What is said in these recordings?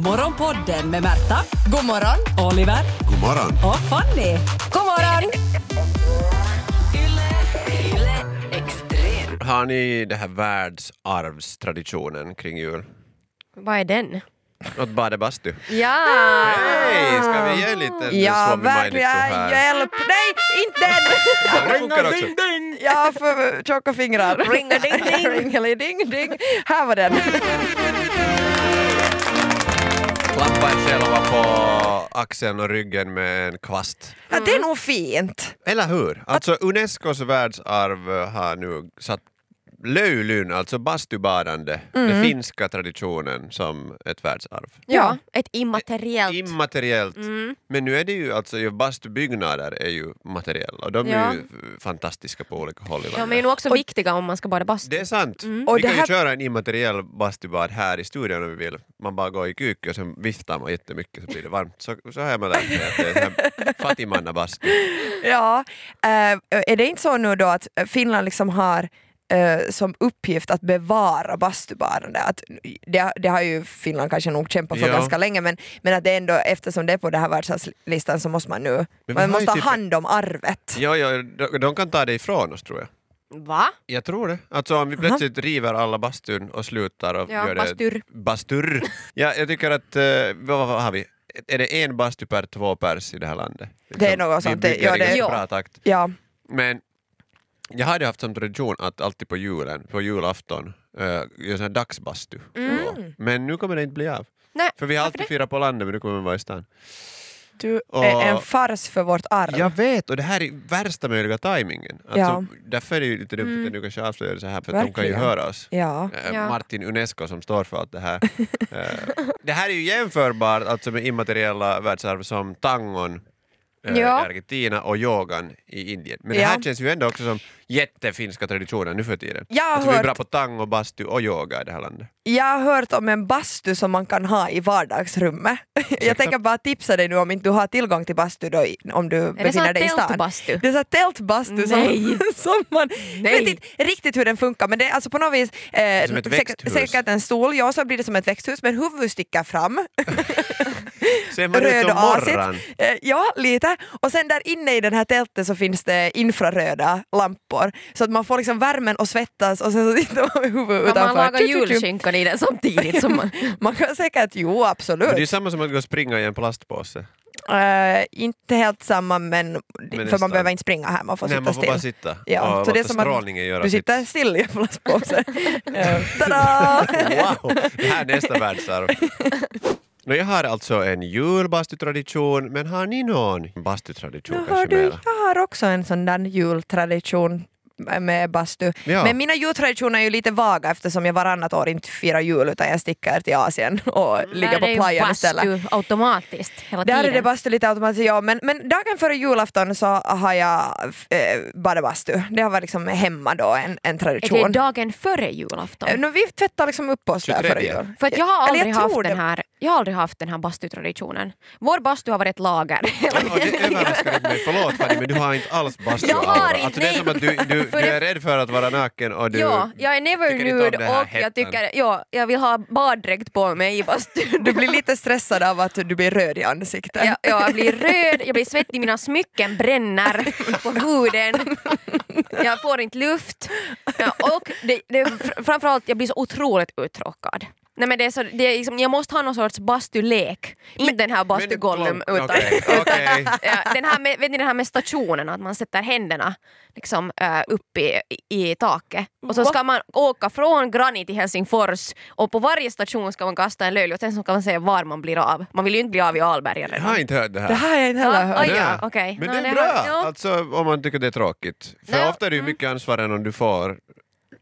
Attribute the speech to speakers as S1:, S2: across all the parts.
S1: Morgonpodden med Märta,
S2: God morgon!
S1: Oliver
S3: God morgon.
S1: och Fanny.
S2: God morgon!
S4: Har ni den här världsarvstraditionen kring jul?
S2: Vad är den?
S4: Något badebastu?
S2: Ja!
S4: Hej! Ska vi ge lite
S2: Ja,
S4: Suomi Mainitsu
S2: verkligen!
S4: här?
S2: Hjälp! Nej, inte den!
S4: Ja, det funkar också.
S2: Jag har för tjocka fingrar. Ringeliding! Ringeliding-ding. Här var den.
S4: Klappa er själva på axeln och ryggen med en kvast.
S2: Ja, det är nog fint.
S4: Eller hur? Alltså Unescos världsarv har nu satt löjlyn, alltså bastubadande,
S2: Mm.
S4: den finska traditionen som ett världsarv.
S5: Ja, ett immateriellt.
S4: Immateriellt.
S2: Mm.
S4: Men nu är det ju alltså, ju bastubyggnader är ju materiella och de är
S5: Ja.
S4: ju eh, fantastiska på olika håll i landet.
S5: De är ju nog också
S2: Och-
S5: viktiga om man ska bada bastu.
S4: Det är sant.
S2: Mm. Och
S4: Vi
S2: det
S4: kan
S2: här-
S4: ju köra en immateriell bastubad här i studion om vi vill. Man bara går i kuk och sen viftar man jättemycket så blir det varmt. Så, så har man lärt sig att det är så här fattigmannabastu.
S2: Ja, eh, är det inte så nu då att Finland liksom har eh, som uppgift att bevara bastubadande? Att det, det har ju Finland kanske nog kämpat för
S4: Ja.
S2: ganska länge men, men att det ändå, eftersom det är på den här världsarvslistan så måste man nu
S4: vi har
S2: man
S4: ju
S2: måste
S4: typ-
S2: ha hand om arvet.
S4: Ja, ja, de, de kan ta det ifrån oss tror jag.
S5: Va?
S4: Jag tror det. Alltså om vi plötsligt river alla bastun och slutar och
S5: Ja,
S4: gör
S5: bastur.
S4: det... Bastur. Ja, jag tycker att, eh, vad, vad har vi? Är det en bastu per två pers i det här landet? Liksom,
S2: Det är något
S4: vi
S2: sånt. Det-
S4: bygger i
S2: ja, det-
S4: ganska
S5: Ja.
S4: bra takt.
S2: Ja.
S4: Men jag hade haft som tradition att alltid på julen, på julafton, uh, göra sån här dagsbastu.
S2: Mm.
S4: Ja. Men nu kommer det inte bli av.
S5: Nej,
S4: För vi har
S5: varför
S4: alltid
S5: det?
S4: firat på landet men nu kommer vi vara i stan.
S2: Du
S4: Och-
S2: är en fars för vårt arv.
S4: Jag vet och det här är värsta möjliga tajmingen. Alltså,
S2: Ja. Mm.
S4: Därför är det ju lite dumt att jag nu kanske avslöjar det så här för att de kan ju
S2: Verkligen.
S4: höra oss.
S2: Ja.
S4: Eh,
S5: Ja.
S4: Martin Unesco som står för allt det här. Eh, det här är ju jämförbart alltså med immateriella världsarv som tangon eh, i
S5: Ja.
S4: Argentina och yogan i Indien. Men det här
S2: Ja.
S4: känns ju ändå också som jättefinska traditioner nu för tiden.
S2: Jag har
S4: tror vi är
S2: hört-
S4: bra på tango, bastu och yoga i det här landet.
S2: Jag har hört om en bastu som man kan ha i vardagsrummet. Jag tänker bara tipsa dig nu om inte du har tillgång till bastu då, i- om du
S5: sån
S2: befinner
S5: här
S2: dig i stan.
S5: tältbastu?
S2: Det är så här tältbastu som,
S5: Nej.
S2: som man...
S5: Nej.
S2: vet inte riktigt hur den funkar men det är alltså på något vis eh,
S4: Som ett
S2: säkert,
S4: växthus.
S2: säkert en stol, ja så blir det som ett växthus men huvudet sticker fram,
S4: Ser man ut
S2: röd
S4: som
S2: och asigt.
S4: morran?
S2: Eh, ja lite och sen där inne i den här tälten så finns det infraröda lampor så att man får liksom värmen och svettas och sen så sitter man med huvudet
S5: Kan man
S2: utanför.
S5: laga
S2: Tju, tju, tju.
S5: julskinkan i den samtidigt som man...
S2: Man kan säkert, jo absolut.
S4: Men det är ju samma som att gå och springa i en plastpåse.
S2: Eh, inte helt samma men, för
S4: nästan.
S2: man behöver inte springa här, man får
S4: Nej,
S2: sitta
S4: man får
S2: still.
S4: bara sitta
S2: Ja,
S4: och
S2: så det är
S4: låta
S2: som att
S4: strålningen göra
S2: Du
S4: sitt.
S2: sitter still i en plastpåse. Eh, Tada!
S4: Wow! Det här är nästa världsarv. Nå, jag har alltså en julbastutradition, men har ni någon bastutradition?
S2: Nu hör
S4: kanske
S2: du,
S4: mera?
S2: jag har också en sån där jultradition med bastu.
S4: Ja.
S2: Men mina jultraditioner är ju lite vaga eftersom jag varannat år inte firar jul utan jag sticker till Asien och ligger
S5: Mm. Nej, det är ju
S2: på playan
S5: bastu
S2: istället.
S5: automatiskt hela
S2: Där är
S5: tiden.
S2: det bastu lite automatiskt, ja. Men, men dagen före julafton så har jag eh, bara bastu. Det har varit liksom hemma då en, en
S5: är
S2: tradition.
S5: det dagen före julafton?
S2: Eh, Nu, vi tvättar liksom upp oss där
S4: 23.
S2: före jul.
S5: För att jag har
S2: Eller jag
S5: aldrig,
S2: tror
S5: haft,
S2: det.
S5: den här, jag har aldrig haft den här bastutraditionen. Vår bastu har varit ett lager.
S4: Ja, det överraskade inte mig. Förlåt Fanny, men du har inte alls bastu
S5: Jag har inte,
S4: alltså, det är
S5: nej.
S4: som att du, du, du
S5: För det-
S4: är rädd för att vara naken och du...
S5: ja, jag är never
S4: tycker inte om
S5: nude
S4: det här
S5: och
S4: hettan.
S5: jag, tycker, ja, jag vill ha baddräkt på mig i bastun.
S2: Du blir lite stressad av att du blir röd i ansiktet.
S5: Jag, jag blir röd, jag blir svettig, mina smycken bränner på huden. Jag får inte luft. Ja, och det, det, fr- framförallt, jag blir så otroligt uttråkad. Nej, men det är så, det är liksom, jag måste ha någon sorts bastulek. Inte den här
S4: Men-
S5: bastugollum.
S4: Okej,
S5: Utan,
S4: okej.
S5: ja, den, här med, vet ni, den här med stationerna, att man sätter händerna liksom, eh, upp i, i taket. Och så ska man åka från Granny till Helsingfors och på varje station ska man kasta en löjlig och sen så kan man säga var man blir av. Man vill ju inte bli av i Alberga
S4: Jag
S5: redan.
S4: har inte hört det här.
S2: Det här har jag inte heller
S5: Ja,
S2: hört.
S5: oj.
S4: Nej.
S5: okej.
S4: Men
S5: Ja,
S4: det är
S5: det
S4: bra,
S5: har- ja. mm.
S4: alltså, om man tycker det är tråkigt. För
S5: Ja,
S4: ofta är det ju mycket ansvar än om du får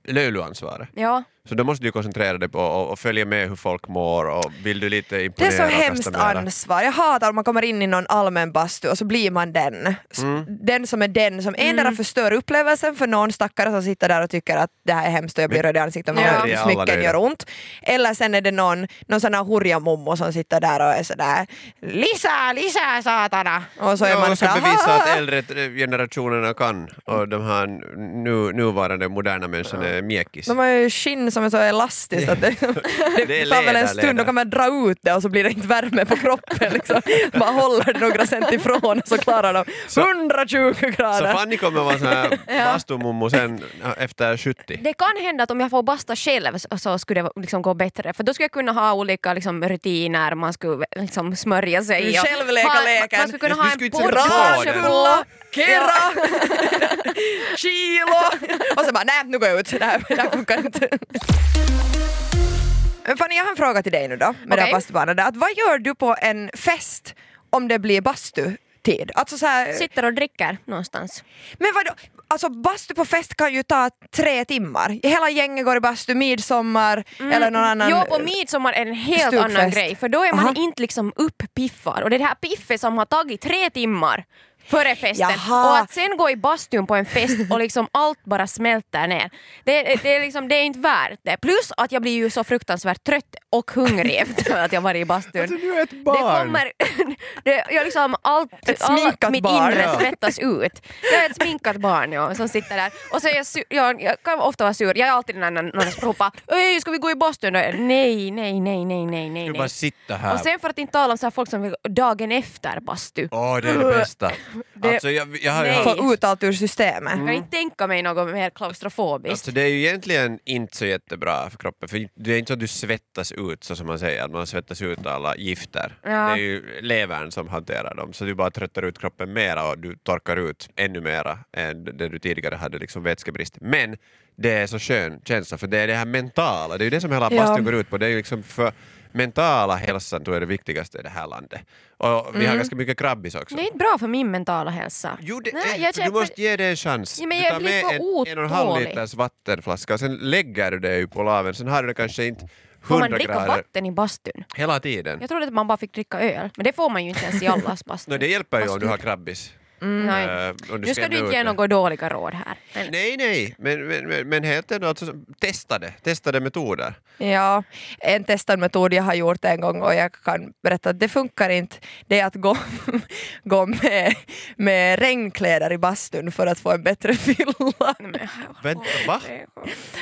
S4: löjluansvaret.
S5: Ja.
S4: Så då måste du ju koncentrera dig på och, och följa med hur folk mår och vill du lite
S2: Det är
S4: imponera
S2: så
S4: och kasta
S2: hemskt
S4: mera.
S2: ansvar. Jag hatar om man kommer in i någon allmän bastu och så blir man den. S-
S4: Mm.
S2: Den som är den som endera förstör upplevelsen för någon stackare som sitter där och tycker att det här är hemskt och jag blir röd i ansiktet och
S4: Ja.
S2: mina
S4: Det är alla
S2: smycken
S4: det.
S2: gör ont. Eller sen är det någon, någon sån här hurja-mommo som sitter där och är sådär Lisa, Lisa satana! Och så är
S4: Ja,
S2: man
S4: och ska
S2: sådär
S4: bevisa
S2: "Ah!"
S4: att äldre t- generationerna kan och de här nu, nuvarande moderna människorna är mjäkis.
S2: De har ju skinn den som är så elastisk att det, det,
S4: Det är
S2: tar väl
S4: leder,
S2: en stund, då
S4: leder.
S2: kan man dra ut det och så blir det inte värme på kroppen. Liksom. Man håller det några cent ifrån och så klarar de
S4: Så-
S2: 120
S4: Så
S2: grader.
S4: Fanny kommer vara sån här bastumummo sen äh, efter 70.
S5: Det kan hända att om jag får basta själv så- så skulle det liksom gå bättre. För då skulle jag kunna ha olika liksom, rutiner, man skulle liksom smörja sig.
S2: Du
S5: och
S2: själv leka
S5: ha,
S2: leken.
S5: Man skulle kunna
S4: Du
S5: ha
S4: skulle
S5: en
S4: inte sätta
S5: portgage
S4: bladen.
S5: på.
S2: Lackera! Kilo! Och så bara, nej nu går jag ut, det här, det här funkar inte. Men Fanny, jag har en fråga till dig nu då, med det här
S5: Okej.
S2: bastubanan. där. Att vad gör du på en fest om det blir bastutid? Alltså så här,
S5: Sitter och dricker någonstans.
S2: men vadå? Alltså bastu på fest kan ju ta tre timmar. Hela gänget går i bastu midsommar
S5: Mm.
S2: eller någon annan...
S5: Jo, på midsommar är det en helt
S2: Stugfest.
S5: annan grej för då är man
S2: Aha.
S5: inte liksom uppiffad och det är det här piffet som har tagit tre timmar före festen
S2: Jaha.
S5: och att sen gå i bastun på en fest och liksom allt bara smälter ner. Det, är- det, är liksom, det är inte värt det. Plus att jag blir ju så fruktansvärt trött och hungrig efter att jag varit i bastun.
S4: Alltså, du är ett
S5: Det
S4: barn.
S5: kommer, det, jag liksom allt,
S2: Ett
S5: allt
S2: sminkat
S5: mitt
S2: barn.
S5: inre
S2: Ja.
S5: svettas ut. Jag är ett sminkat barn ja, som sitter där. Och så är jag, sur, jag, jag kan ofta vara sur. Jag är alltid den där när någon ropar Öj, ska vi gå i bastun? då?" Nej, nej, nej, nej, nej, nej. nej.
S4: Du bara sitta
S5: Och
S4: här.
S5: sen för att inte tala om så här folk som vill dagen efter bastu.
S4: Åh, det är det bästa.
S5: Det-
S4: Alltså, jag, jag har ju
S5: Nej.
S4: haft
S2: Få ut allt ur systemet.
S5: Jag kan inte tänka mig något mer klaustrofobiskt.
S4: Alltså det är ju egentligen inte så jättebra för kroppen, för det är inte så att du svettas ut så som man säger, att man svettas ut alla gifter.
S5: Ja.
S4: Det är ju levern som hanterar dem, så du bara tröttar ut kroppen mera och du torkar ut ännu mera än det du tidigare hade liksom vätskebrist. Men det är så skön känsla, för det är det här mentala, det är ju det som hela
S2: Ja.
S4: bastun går ut på. Det är ju liksom för mentala hälsan tror jag är det viktigaste i det här landet. Och vi har ganska mycket krabbis också.
S5: Mm. Det är inte bra för min mentala hälsa.
S4: Jo, det
S5: Nej,
S4: är,
S5: jag
S4: för
S5: känner-
S4: du måste ge det en chans.
S5: Ja, men
S4: du
S5: jag
S4: tar
S5: blir
S4: med
S5: så
S4: en, en och en halv
S5: otålig.
S4: liters vattenflaska och sen lägger du det ju på laven. Sen har du det kanske inte
S5: Får
S4: 100
S5: man dricka
S4: grader
S5: vatten i bastun?
S4: hela tiden.
S5: Jag trodde att man bara fick dricka öl, men det får man ju inte ens i allas bastu.
S4: No, det hjälper ju om du har
S5: Bastun.
S4: krabbis.
S5: Nej.
S4: Eh, om
S5: Nu ska
S4: skrämmer
S5: du inte
S4: ut
S5: ge
S4: det.
S5: några dåliga råd här. Men,
S4: Nej, nej, men, men, men, men helt ändå alltså, testa det. Testa det metoder.
S2: Ja, en testad metod jag har gjort en gång och jag kan berätta att det funkar inte. Det är att gå, gå med, med regnkläder i bastun för att få en bättre fylla.
S4: Vänta, va?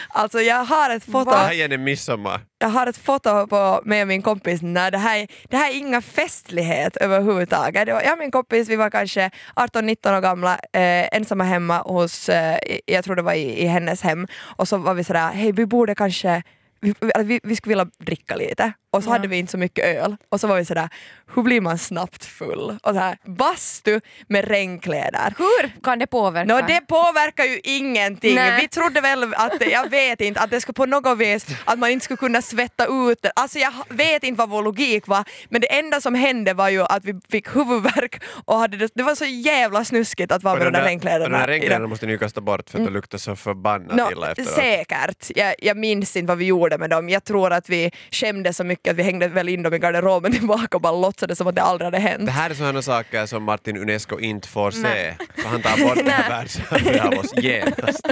S2: Alltså jag har ett foto,
S4: Det här är en midsommar.
S2: jag har ett foto på, med min kompis när det här, det här är inga festlighet överhuvudtaget. Det var, jag och min kompis, vi var kanske 18-19 år gamla, eh, ensamma hemma hos, eh, jag tror det var i, i hennes hem, och så var vi sådär, hej vi borde kanske vi, vi- vi, vi skulle vilja dricka lite och så hade vi inte så mycket öl och så var vi sådär, hur blir man snabbt full? Och så här, bastu med regnkläder.
S5: Hur kan det påverka?
S2: Nå det påverkar ju ingenting.
S5: Nej.
S2: Vi trodde väl att, jag vet inte, att det skulle på något vis, att man inte skulle kunna svetta ut det. Alltså jag vet inte vad vår logik var, men det enda som hände var ju att vi fick huvudvärk och hade det, det var så jävla snuskigt att vara med de där
S4: de där
S2: regnkläderna. i
S4: regnkläderna
S2: det.
S4: måste ni ju kasta bort
S5: Mm.
S4: för att det luktar så förbannat illa
S2: Nå,
S4: efteråt.
S2: säkert. Jag, jag minns inte vad vi gjorde med dem. Jag tror att vi skämde så mycket att vi hängde väl in dem i garderoben tillbaka och bara låtsades som att det aldrig hade hänt.
S4: Det här är sådana saker som Martin Unesco inte får se. För han tar bort det här världsarvet av oss genast.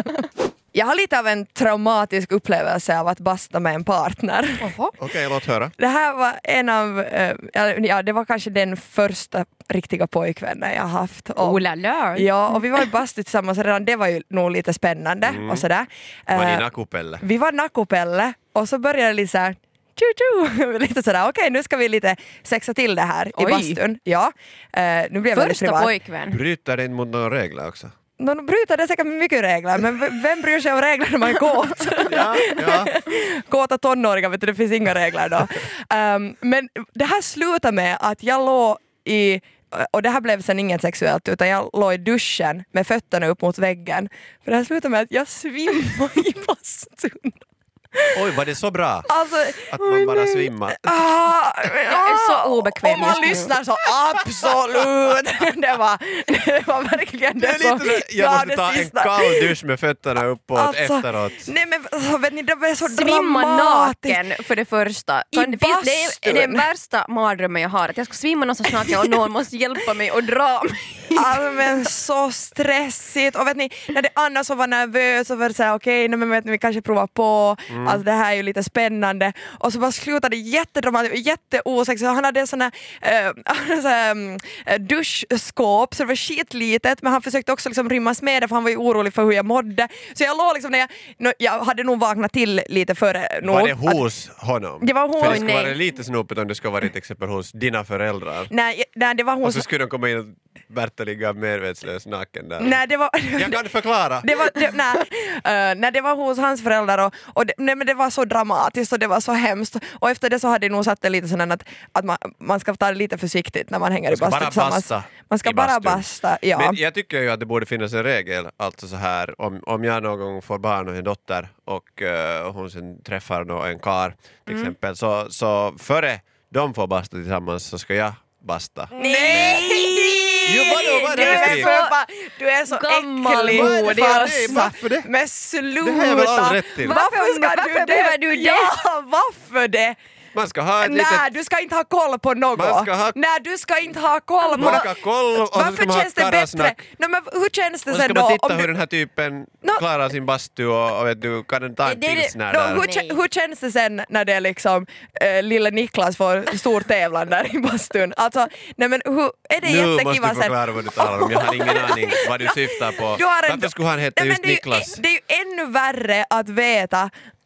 S2: Jag har lite av en traumatisk upplevelse av att basta med en partner.
S5: Oho.
S4: Okej, låt höra.
S2: Det här var en av, eh, ja det var kanske den första riktiga pojkvännen jag haft. Och,
S5: Oh la la.
S2: Ja, och vi var i bastu tillsammans och redan det var ju nog lite spännande och sådär.
S4: Mm. Var
S2: Eh,
S4: ni nakupelle?
S2: vi var Nakupelle och så började det lite såhär tju, tju, lite sådär okej nu ska vi lite sexa till det här i
S5: Oj.
S2: bastun. Ja, eh, nu blev det väldigt
S5: Första
S2: privat.
S5: pojkvän.
S4: Bryter inte mot några regler också?
S2: Nå, De bryter det säkert mycket regler men v- vem bryr sig om regler när man är kåt?
S4: Ja, ja.
S2: kåta tonåringar, vet du, det finns inga regler då. Ehm, men det här slutade med att jag låg i eh, och det här blev sen inget sexuellt utan jag låg i duschen med fötterna upp mot väggen. För det här slutade med att jag svimmade i bastun.
S4: Oj, var det så bra?
S2: Alltså,
S4: Att man bara svimmar?
S2: ah,
S5: är så obekväm
S2: Om man
S5: just nu.
S2: lyssnar så absolut! Det var, det var verkligen
S4: Det
S2: det,
S4: är
S2: som
S4: lite, så- jag
S2: gav
S4: måste
S2: det
S4: ta en
S2: sista. Alltså,
S4: kall dusch med fötterna uppåt efteråt.
S2: Nej men alltså, vet ni, det var så
S5: Svimma
S2: dramatiskt.
S5: naken för det första.
S2: I
S5: Kan, finns, det är
S2: bastun.
S5: det är den värsta mardrömmen jag har, att jag ska svimma någonstans naken och någon måste hjälpa mig och dra mig.
S2: Alltså men så stressigt och vet ni, när det Anna som var nervös och var såhär okej, nej men vet ni, vi kanske provar på,
S4: Mm.
S2: alltså det här är ju lite spännande. Och så bara slutade det jättedramatiskt, jätteosexigt. Han hade en sån här, eh, han hade en sån här mm, eh, duschskåp så det var skitlitet men han försökte också liksom rymmas med det för han var ju orolig för hur jag mådde. Så jag låg liksom när jag, nå- jag hade nog vaknat till lite före nog.
S4: Var det
S2: att-
S4: hos honom?
S2: Det var hos-
S4: För det
S5: Nej.
S4: skulle vara lite snopet om det skulle vara till exempel hos dina föräldrar.
S2: Nej, nej, det var hon
S4: Och så
S2: som...
S4: skulle de komma in och Berta ligga medvetslös naken där.
S2: Nej, det var...
S4: Jag kan förklara!
S2: Det var, det, nej, Eh, nej, det var hos hans föräldrar och, och det, nej, men det var så dramatiskt och det var så hemskt. Och efter det så hade jag nog satt det lite sådär att, att man, man ska ta det lite försiktigt när man hänger i
S4: Man ska
S2: bastu
S4: bara
S2: tillsammans.
S4: basta
S2: man ska
S4: i
S2: bara
S4: bastun.
S2: basta. Ja.
S4: Men jag tycker ju att det borde finnas en regel, alltså så här om, om jag någon gång får barn och en dotter och eh, hon sen träffar nå en kar till
S2: Mm.
S4: exempel, så, så före de får basta tillsammans så ska jag basta. Jo, vadå, vadå,
S2: Du är,
S4: precis.
S2: så, fa- du är så äcklig
S5: Gammalmodig.
S4: Varför det? Varför det?
S2: Men sluta!
S4: Det har jag väl all rätt till.
S2: Varför, ska
S5: Varför-
S2: du
S5: varför
S2: det?
S5: behöver du det?
S2: Ja, varför det?
S4: Man ska ha ett
S2: Nej,
S4: litet...
S2: du ska inte ha koll på något.
S4: Man ska ha-
S2: Nej, du ska inte ha koll på...
S4: Man ska ha koll och så ska
S2: Varför
S4: man ha
S2: känns det bättre?
S4: karasnack.
S2: No, men hur känns det
S4: Och så
S2: sen
S4: ska
S2: då?
S4: man titta
S2: om
S4: hur
S2: du...
S4: den här typen
S2: Nå-
S4: klarar sin bastu och, och vet du, kan den ta en
S5: Det- det-
S4: pilsner
S2: Nå,
S4: där?
S2: hur, kä- hur känns det sen när det är liksom eh, lille Niklas får stor tävlan där i bastun? Alltså, nej men hur, är det
S4: Nu måste
S2: jättekiva
S4: du
S2: sen?
S4: förklara vad du talar om, jag har ingen aning vad du syftar på.
S2: Du har en-
S4: Varför skulle han heta
S2: Nej, men
S4: just
S2: det är ju-
S4: Niklas?
S2: Det är ju ännu värre att veta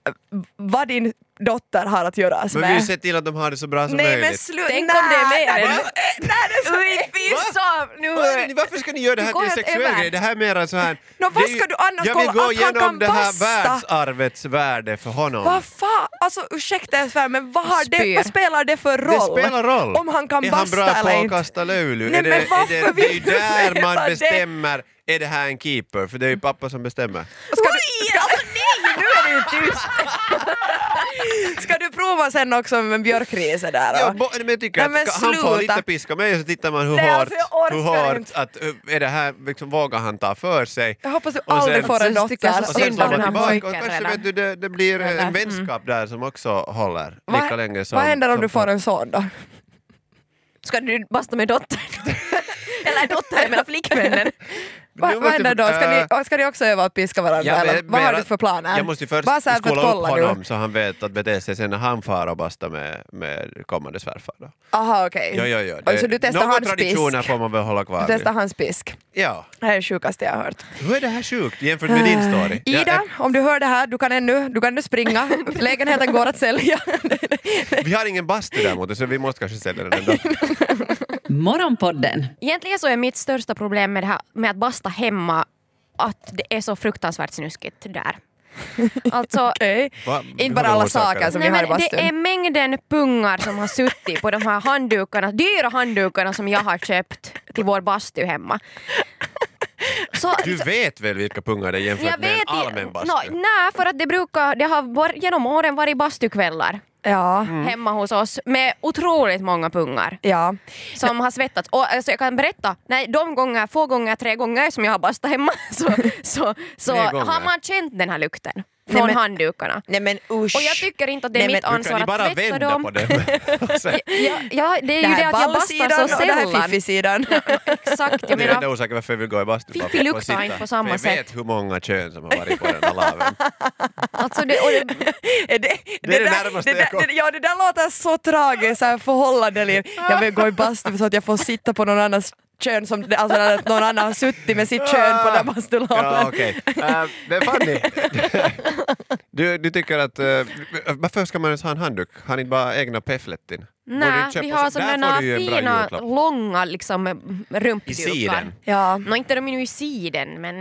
S2: eh, vad din dotter har att göra med.
S4: Men vi har ju sett till att de har det så bra som
S2: Nej men
S4: möjligt.
S2: sluta!
S5: Tänk om det är mer än-
S2: Nej, det är så
S4: Va?
S5: Så, nu...
S4: Vad är det- Varför ska ni göra det här
S5: går
S4: till en
S5: helt
S4: sexuell
S5: över.
S4: grej? Det här är mera så här...
S2: Nå, vad
S4: det är ju-
S2: ska du annars
S4: Jag vill
S2: kolla?
S4: gå
S2: Att han
S4: igenom
S2: kan
S4: det här
S2: basta.
S4: världsarvets värde för honom.
S2: Vad fan, alltså ursäkta ens för men vad, har det,
S5: Spyr.
S2: vad spelar det för
S4: Det
S2: roll?
S4: spelar roll!
S2: Om han kan
S4: är han
S2: basta
S4: bra på
S2: eller
S4: att
S2: inte.
S4: kasta löjlu?
S2: Nej,
S4: är det,
S2: men
S4: är
S2: varför
S4: det, det är ju
S2: vill du
S4: där
S2: veta
S4: man
S2: det? Mm.
S4: bestämmer, är det här en keeper? För det är ju pappa som bestämmer.
S2: Ska du, ska, nej, nu är det ju tyst! ska du prova sen också med en björkrise där?
S4: Ja,
S2: och-
S4: bo- men jag tycker
S2: Nej, men
S4: att ska- han får
S2: sluta.
S4: lite piska mig och så tittar man hur
S2: Nej,
S4: hårt,
S2: alltså, jag orkar
S4: hur hårt
S2: inte.
S4: att, hur- är det här, liksom, vågar han ta för sig?
S2: jag hoppas du
S4: och sen-
S2: aldrig får en
S5: Sen tycker jag
S2: dotter.
S5: så
S4: Och
S5: synd
S4: sen
S5: om
S4: slår man
S5: den här
S4: tillbaka och
S5: pojken
S4: kanske
S5: redan.
S4: vet du, det, det blir eh,
S5: Eller?
S4: en vänskap där som också håller
S2: Mm. Vad-
S4: lika länge som...
S2: Vad händer om
S4: som
S2: du får
S4: pappa.
S2: en son då?
S5: Ska du basta med dottern? Eller dottern, jag menar flickvännen.
S4: Men
S2: Va,
S4: nu
S2: vad
S4: måste
S2: händer då?
S4: jag-
S2: Ska ni,
S4: eh,
S2: och ska ni också öva att piska varandra?
S4: jag
S2: eller?
S4: vet
S2: Vad har
S4: mera-
S2: du för planer?
S4: Jag måste ju först
S2: Bara så här för att
S4: skola upp
S2: kolla du.
S4: honom så han vet att bete sig sen när han far och basta med, med kommande svärfar. Då.
S2: Aha okej.
S4: Ja, ja, ja.
S2: Mm. Och Så du testar
S4: några
S2: hans pisk?
S4: traditioner får man väl hålla kvar
S2: Du
S4: vid.
S2: testar hans pisk?
S4: Ja.
S2: Det här är det sjukaste jag har hört.
S4: Hur är det här sjukt jämfört med din story? Jag-
S2: Ah, Eh, Ida, om du hör det här, du kan ännu, du kan ännu springa. Lägenheten går att sälja.
S4: jag- vi har ingen bastu däremot så vi måste kanske sälja den ändå.
S1: Morgonpodden.
S5: Egentligen så är mitt största problem med, det här, med att basta hemma att det är så fruktansvärt snuskigt där. Alltså,
S2: Okej.
S4: Va?
S2: Inte
S4: Hur
S2: bara
S4: har
S2: alla
S4: de orsakat
S2: saker
S4: det?
S2: som Alltså, vi har i
S5: nej, men
S2: bastun.
S5: det är mängden pungar som har suttit på de här handdukarna, dyra handdukarna som jag har köpt till vår bastu hemma. Så,
S4: Du vet väl vilka pungar det är jämfört med en
S5: i-
S4: allmän bastu?
S5: Nå, nej, för att det brukar, det har var, genom åren varit bastukvällar
S2: Ja,
S5: hemma hos oss med otroligt många pungar.
S2: ja.
S5: som har svettats. Och alltså, jag kan berätta, nej, de gånger, få gånger, tre gånger som jag har bastat hemma så, så, så
S4: Tre gånger.
S5: har man känt den här lukten från
S2: men-
S5: handdukarna.
S2: Nej men usch.
S5: Och jag tycker inte att det är
S2: Nej,
S5: mitt
S2: men-
S4: Hur kan
S5: ansvar
S4: ni bara
S5: att tvätta
S4: vända
S5: dem.
S4: på dem? Och sen-
S5: Ja, ja, det är
S2: det
S5: ju det
S2: här
S5: att jag
S2: ballsidan
S5: bastar så
S2: och det här
S5: sällan.
S2: fiffisidan.
S5: Exakt, jag
S4: Det är enda
S5: menar,
S4: orsaken varför jag vill gå i bastu. bara
S5: Fiffi
S4: för att
S5: luktar
S4: sitta.
S5: inte på samma
S4: För Jag vet
S5: sätt.
S4: hur många kön som har varit på den här laven.
S5: alltså det, och det,
S2: det, det,
S4: det
S2: där-
S4: närmaste
S2: det,
S4: jag
S2: där-
S4: kom.
S2: det, Ja det där låter så tragiskt, så här förhållandeliv. Jag vill gå i bastu så att jag får sitta på någon annans kön, som, alltså att någon annan har suttit med sitt kön på den här bastulanen.
S4: Ja, okej. Eh, Men Fanny, du, du tycker att... eh, varför ska man ens ha en handduk? Har ni inte bara egna peffletin? Borde
S5: nej,
S4: du köpa
S5: vi
S4: så-
S5: har
S4: Där
S5: sådana
S4: får du ju en bra
S5: fina,
S4: julklapp.
S5: långa liksom, rumpdukar.
S4: I siden.
S2: Ja.
S5: Nå inte de är nu i siden men,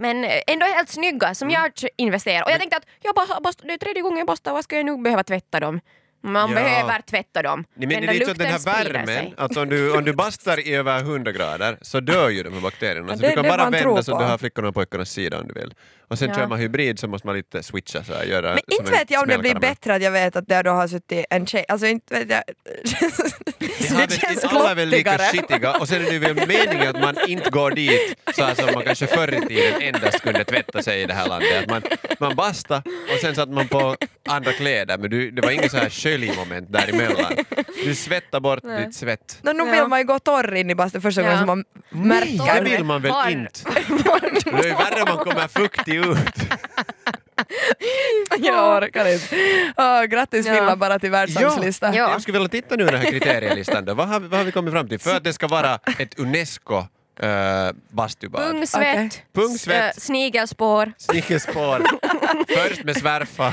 S5: men ändå helt snygga som
S4: Mm.
S5: jag investerar. Och jag tänkte att jag bara, bara, det är tredje gången jag borstar, vad ska jag nu behöva tvätta dem? Man
S4: Ja.
S5: behöver tvätta dem.
S4: Nej, men
S5: Den
S4: det
S5: där
S4: är lite så att den här
S5: lukten sprider
S4: värmen,
S5: sig.
S4: alltså om du, om du bastar i över 100 grader så dör ju de här bakterierna.
S2: Ja,
S4: Så
S2: det
S4: du
S2: är
S4: kan
S2: det
S4: bara
S2: man tror
S4: vända så att
S2: på.
S4: du har flickorna och pojkarnas sida om du vill. Och sen
S5: Ja.
S4: kör man hybrid så måste man lite switcha så här, göra
S2: Men
S4: som
S2: inte
S4: en
S2: vet jag om det blir
S4: smällkaramell.
S2: bättre att jag vet att där då har suttit en tjej. Alltså inte vet jag.
S4: Det har väl, alla är väl lika skitiga och sen är det väl meningen att man inte går dit så här som man kanske förr i tiden endast kunde tvätta sig i det här landet. Att man, man basta och sen satt man på andra kläder men du, det var inget så här köljmoment däremellan. Du svettar bort ditt svett.
S2: Nå, nu
S5: Ja.
S2: vill man ju gå torr in i bastun första gången som
S5: Ja.
S2: man
S4: Nej,
S2: märker.
S4: det vill man väl
S5: Var-
S4: inte? Det är ju värre om man kommer fuktig ut.
S2: Jag orkar inte. Åh, grattis
S5: Ja.
S2: Finland bara till världsarvslistan.
S5: Ja.
S4: Jag skulle vilja titta nu i den här kriterielistan då. Vad har, vi- vad har vi kommit fram till? För att det ska vara ett UNESCO eh, bastubad.
S5: Pung, svett,
S2: Okej.
S4: Pung, svett.
S5: s- eh, snigelspår.
S4: Snickerspår. Först med svärfa.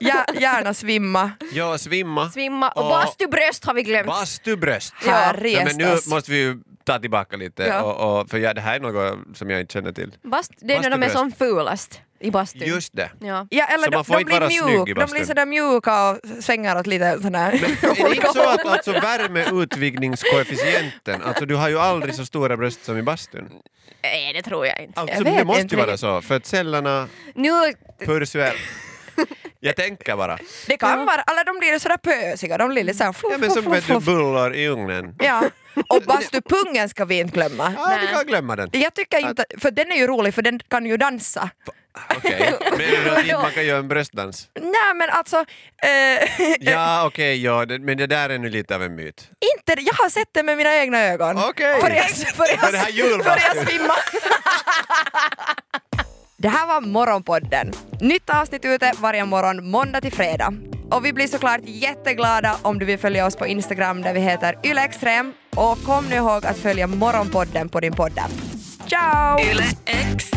S2: Ja, gärna svimma.
S4: Ja, svimma.
S5: Svimma och
S4: Och-
S5: bastubröst har vi glömt.
S4: Bastubröst.
S2: Ja,
S4: Nej, men nu
S2: restas.
S4: måste vi ju ta tillbaka lite,
S2: Ja.
S4: och, och, för ja, det här är något som jag inte känner till.
S5: Bast, det är när de är
S4: Bastubröst.
S5: som fulast i bastun.
S4: Just det.
S5: Ja.
S2: Ja, eller
S4: Så
S2: de,
S4: man får
S2: de
S4: inte
S2: blir
S4: vara snygg i
S2: mjuka, de blir
S4: bastun.
S2: sådär mjuka och svänger åt lite sådär.
S4: Är det inte så att alltså, värmeutvidgningskoefficienten, alltså du har ju aldrig så stora bröst som i bastun?
S5: Nej, det tror jag inte.
S4: Alltså,
S2: vet
S4: det måste
S2: inte.
S4: ju vara så, för att cellerna
S5: Nu,
S4: pursuerar. Jag tänker bara.
S2: Det kan vara, eller de blir sådär pösiga, de blir lite såhär fluff,
S4: Ja, men som
S2: fluff,
S4: vet du,
S2: fluff.
S4: bullar i ugnen.
S2: Ja. Och bastupungen ska vi inte glömma.
S4: Ja, vi
S5: Nej.
S4: kan glömma den.
S2: Jag tycker inte, för den är ju rolig för den kan ju dansa.
S4: Okej, menar du att inte man kan göra en bröstdans?
S2: Nej men alltså, eh,
S4: Ja, okej, ja, det- men det där är nu lite av en myt.
S2: inte, jag har sett det med mina egna ögon.
S4: Okej.
S2: För jag, för jag,
S4: Var det här julbastun?
S2: för jag svimma. Det här var Morgonpodden. Nytt avsnitt ute varje morgon måndag till fredag. Och vi blir såklart jätteglada om du vill följa oss på Instagram där vi heter ylextrem. Och kom nu ihåg att följa Morgonpodden på din poddapp. Ciao!
S3: Yle X.